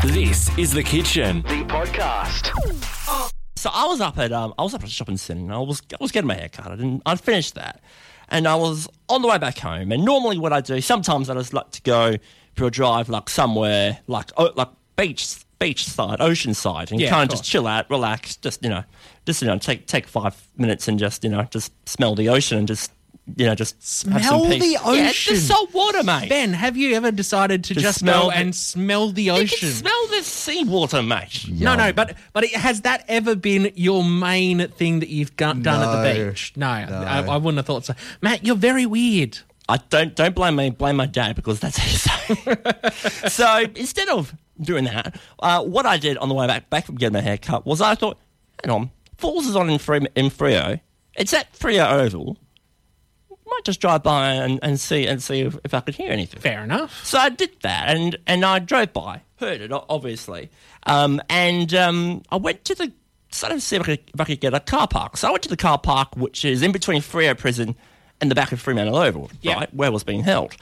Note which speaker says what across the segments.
Speaker 1: This is The Kitchen.
Speaker 2: The podcast.
Speaker 3: So I was up at um, I was up at shopping centre and I was I was getting my hair cut. I didn't I'd finished that. And I was on the way back home. And normally what I do, sometimes I just like to go for a drive like somewhere like oh, like beach beach side, ocean side, and
Speaker 4: Yeah,
Speaker 3: kind
Speaker 4: of
Speaker 3: of just
Speaker 4: course.
Speaker 3: chill out, relax, just you know, just you know, take take five minutes and just, you know, just smell the ocean and just you know, just have some
Speaker 4: Smell
Speaker 3: peace.
Speaker 4: the
Speaker 3: Yeah,
Speaker 4: ocean.
Speaker 3: just salt water, mate.
Speaker 4: Ben, have you ever decided to
Speaker 3: To
Speaker 4: just
Speaker 3: smell
Speaker 4: go
Speaker 3: the-
Speaker 4: and smell the
Speaker 3: you
Speaker 4: ocean?
Speaker 3: can smell the seawater, mate.
Speaker 4: no, no, but but it, has that ever been your main thing that you've done, done at the
Speaker 5: No.
Speaker 4: beach? No, I, I wouldn't have thought so. Matt, you're very weird.
Speaker 3: I don't don't blame me, blame my dad because that's his. so instead of doing that, uh, what I did on the way back back from getting my hair cut was I thought, hang on, Falls is on in, Fre- in Frio. It's at Frio Oval. Might just drive by and, and see and see if, if I could hear anything.
Speaker 4: Fair enough.
Speaker 3: So I did that, and and I drove by, heard it o- obviously, um, and um, I went to the sort of see if I, could, if I could get a car park. So I went to the car park, which is in between Freo Prison and the back of Fremantle Oval,
Speaker 4: Yeah.
Speaker 3: right where it was being held.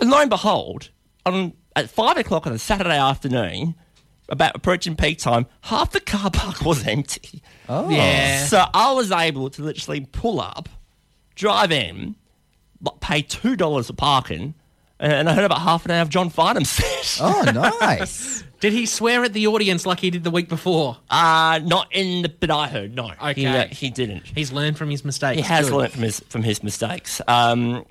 Speaker 3: And lo and behold, on at five o'clock on a Saturday afternoon, about approaching peak time, half the car park was empty.
Speaker 4: Oh. Yeah.
Speaker 3: So I was able to literally pull up, drive in, but pay two dollars for parking, uh, and, and I heard about half an hour of John Farnham set.
Speaker 5: Oh, nice.
Speaker 4: Did he swear at the audience like he did the week before?
Speaker 3: Uh, not in the bit I heard. No, he, uh,
Speaker 4: Okay.
Speaker 3: he didn't.
Speaker 4: He's learned from his mistakes.
Speaker 3: He has
Speaker 4: Good.
Speaker 3: learnt from his from his mistakes. Um,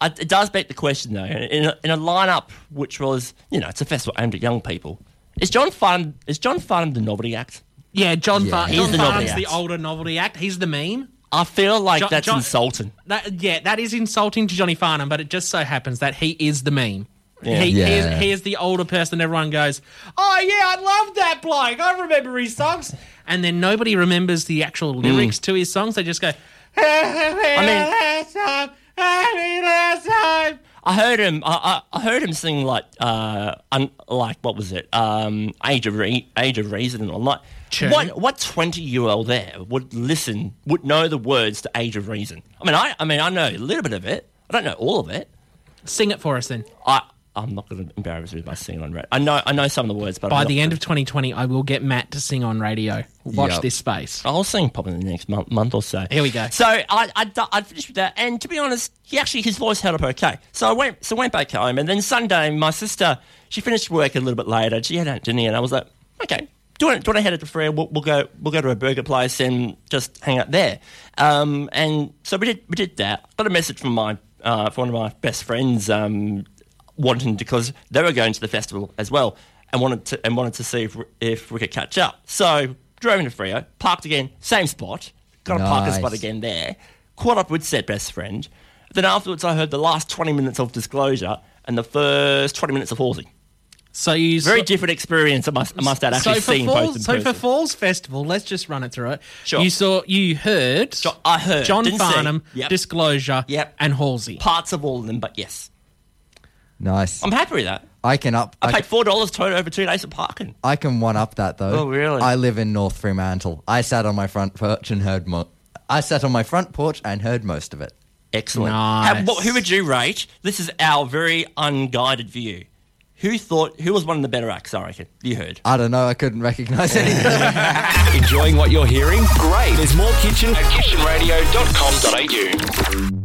Speaker 3: I, it does beg the question though. In a, in a lineup which was, you know, it's a festival aimed at young people. Is John Farnham is John Farnham the novelty act?
Speaker 4: Yeah, John
Speaker 5: Yeah.
Speaker 4: Far-
Speaker 5: He's
Speaker 4: John
Speaker 3: the novelty
Speaker 4: Farnham's the
Speaker 3: act.
Speaker 4: older novelty act. He's the meme.
Speaker 3: I feel like
Speaker 4: Jo-
Speaker 3: that's
Speaker 4: John-
Speaker 3: insulting.
Speaker 4: That, yeah, that is insulting to Johnny Farnham, but it just so happens that he is the meme.
Speaker 3: Yeah.
Speaker 4: He, He,
Speaker 5: Yeah.
Speaker 4: is, he is the older person. Everyone goes, "Oh yeah, I love that bloke. I remember his songs." And then nobody remembers the actual lyrics to his songs. They just go, "I mean,
Speaker 3: I heard him. I, I, I heard him sing like, uh, un, like what was it? Um, Age of Re- Age of Reason and all. Like,
Speaker 4: Sure.
Speaker 3: what what twenty year old there would listen would know the words to Age of Reason? I mean, I I mean, I know a little bit of it. I don't know all of it.
Speaker 4: sing it for us then."
Speaker 3: I I'm not going to embarrass you by singing on red. I know I know some of the words, but
Speaker 4: By
Speaker 3: I'm
Speaker 4: the
Speaker 3: not-
Speaker 4: end of 2020, I will get Matt to sing on radio. Watch
Speaker 5: Yep.
Speaker 4: this space.
Speaker 3: I'll sing probably in the next month, month or so.
Speaker 4: Here we go.
Speaker 3: So I, I, I finished with that, and to be honest, he actually his voice held up okay. So I went, so I went back home, and then Sunday, my sister she finished work a little bit later. She had out dinner, and I was like, okay, do you want, do you want to head to Frere? We'll, we'll go, we'll go to a burger place and just hang out there. Um, and so we did, we did that. Got a message from my, uh, from one of my best friends, um, wanting because they were going to the festival as well and wanted to and wanted to see if, if we could catch up. So drove into Frio, parked again, same spot, got a parking
Speaker 5: Nice.
Speaker 3: spot again there. Caught up with said best friend. Then afterwards, I heard the last twenty minutes of Disclosure and the first twenty minutes of Halsey.
Speaker 4: So you
Speaker 3: Very different experience. I must, I must add. Actually,
Speaker 4: for
Speaker 3: seen
Speaker 4: Falls,
Speaker 3: both in
Speaker 4: so
Speaker 3: person.
Speaker 4: for Falls Festival, let's just run it through it.
Speaker 3: Sure.
Speaker 4: You saw, you heard,
Speaker 3: I heard,
Speaker 4: John
Speaker 3: didn't see.
Speaker 4: Farnham,
Speaker 3: Yep.
Speaker 4: Disclosure,
Speaker 3: Yep.
Speaker 4: and Halsey.
Speaker 3: parts of all of them, but yes,
Speaker 5: nice.
Speaker 3: I'm happy with that.
Speaker 5: I can up.
Speaker 3: I
Speaker 5: I,
Speaker 3: paid four dollars total over two days of parking.
Speaker 5: I can one up that though.
Speaker 3: Oh, really?
Speaker 5: I live in North Fremantle. I sat on my front porch and heard. Mo- I sat on my front porch and heard most of it.
Speaker 3: Excellent.
Speaker 4: Nice.
Speaker 3: How- what- who would you rate? This is our very unguided view. Who thought who was one of the better acts? I reckon you heard.
Speaker 5: I don't know. I couldn't recognize anything.
Speaker 1: Enjoying what you're hearing?
Speaker 2: Great.
Speaker 1: There's more kitchen
Speaker 2: At kitchenradio.com.au.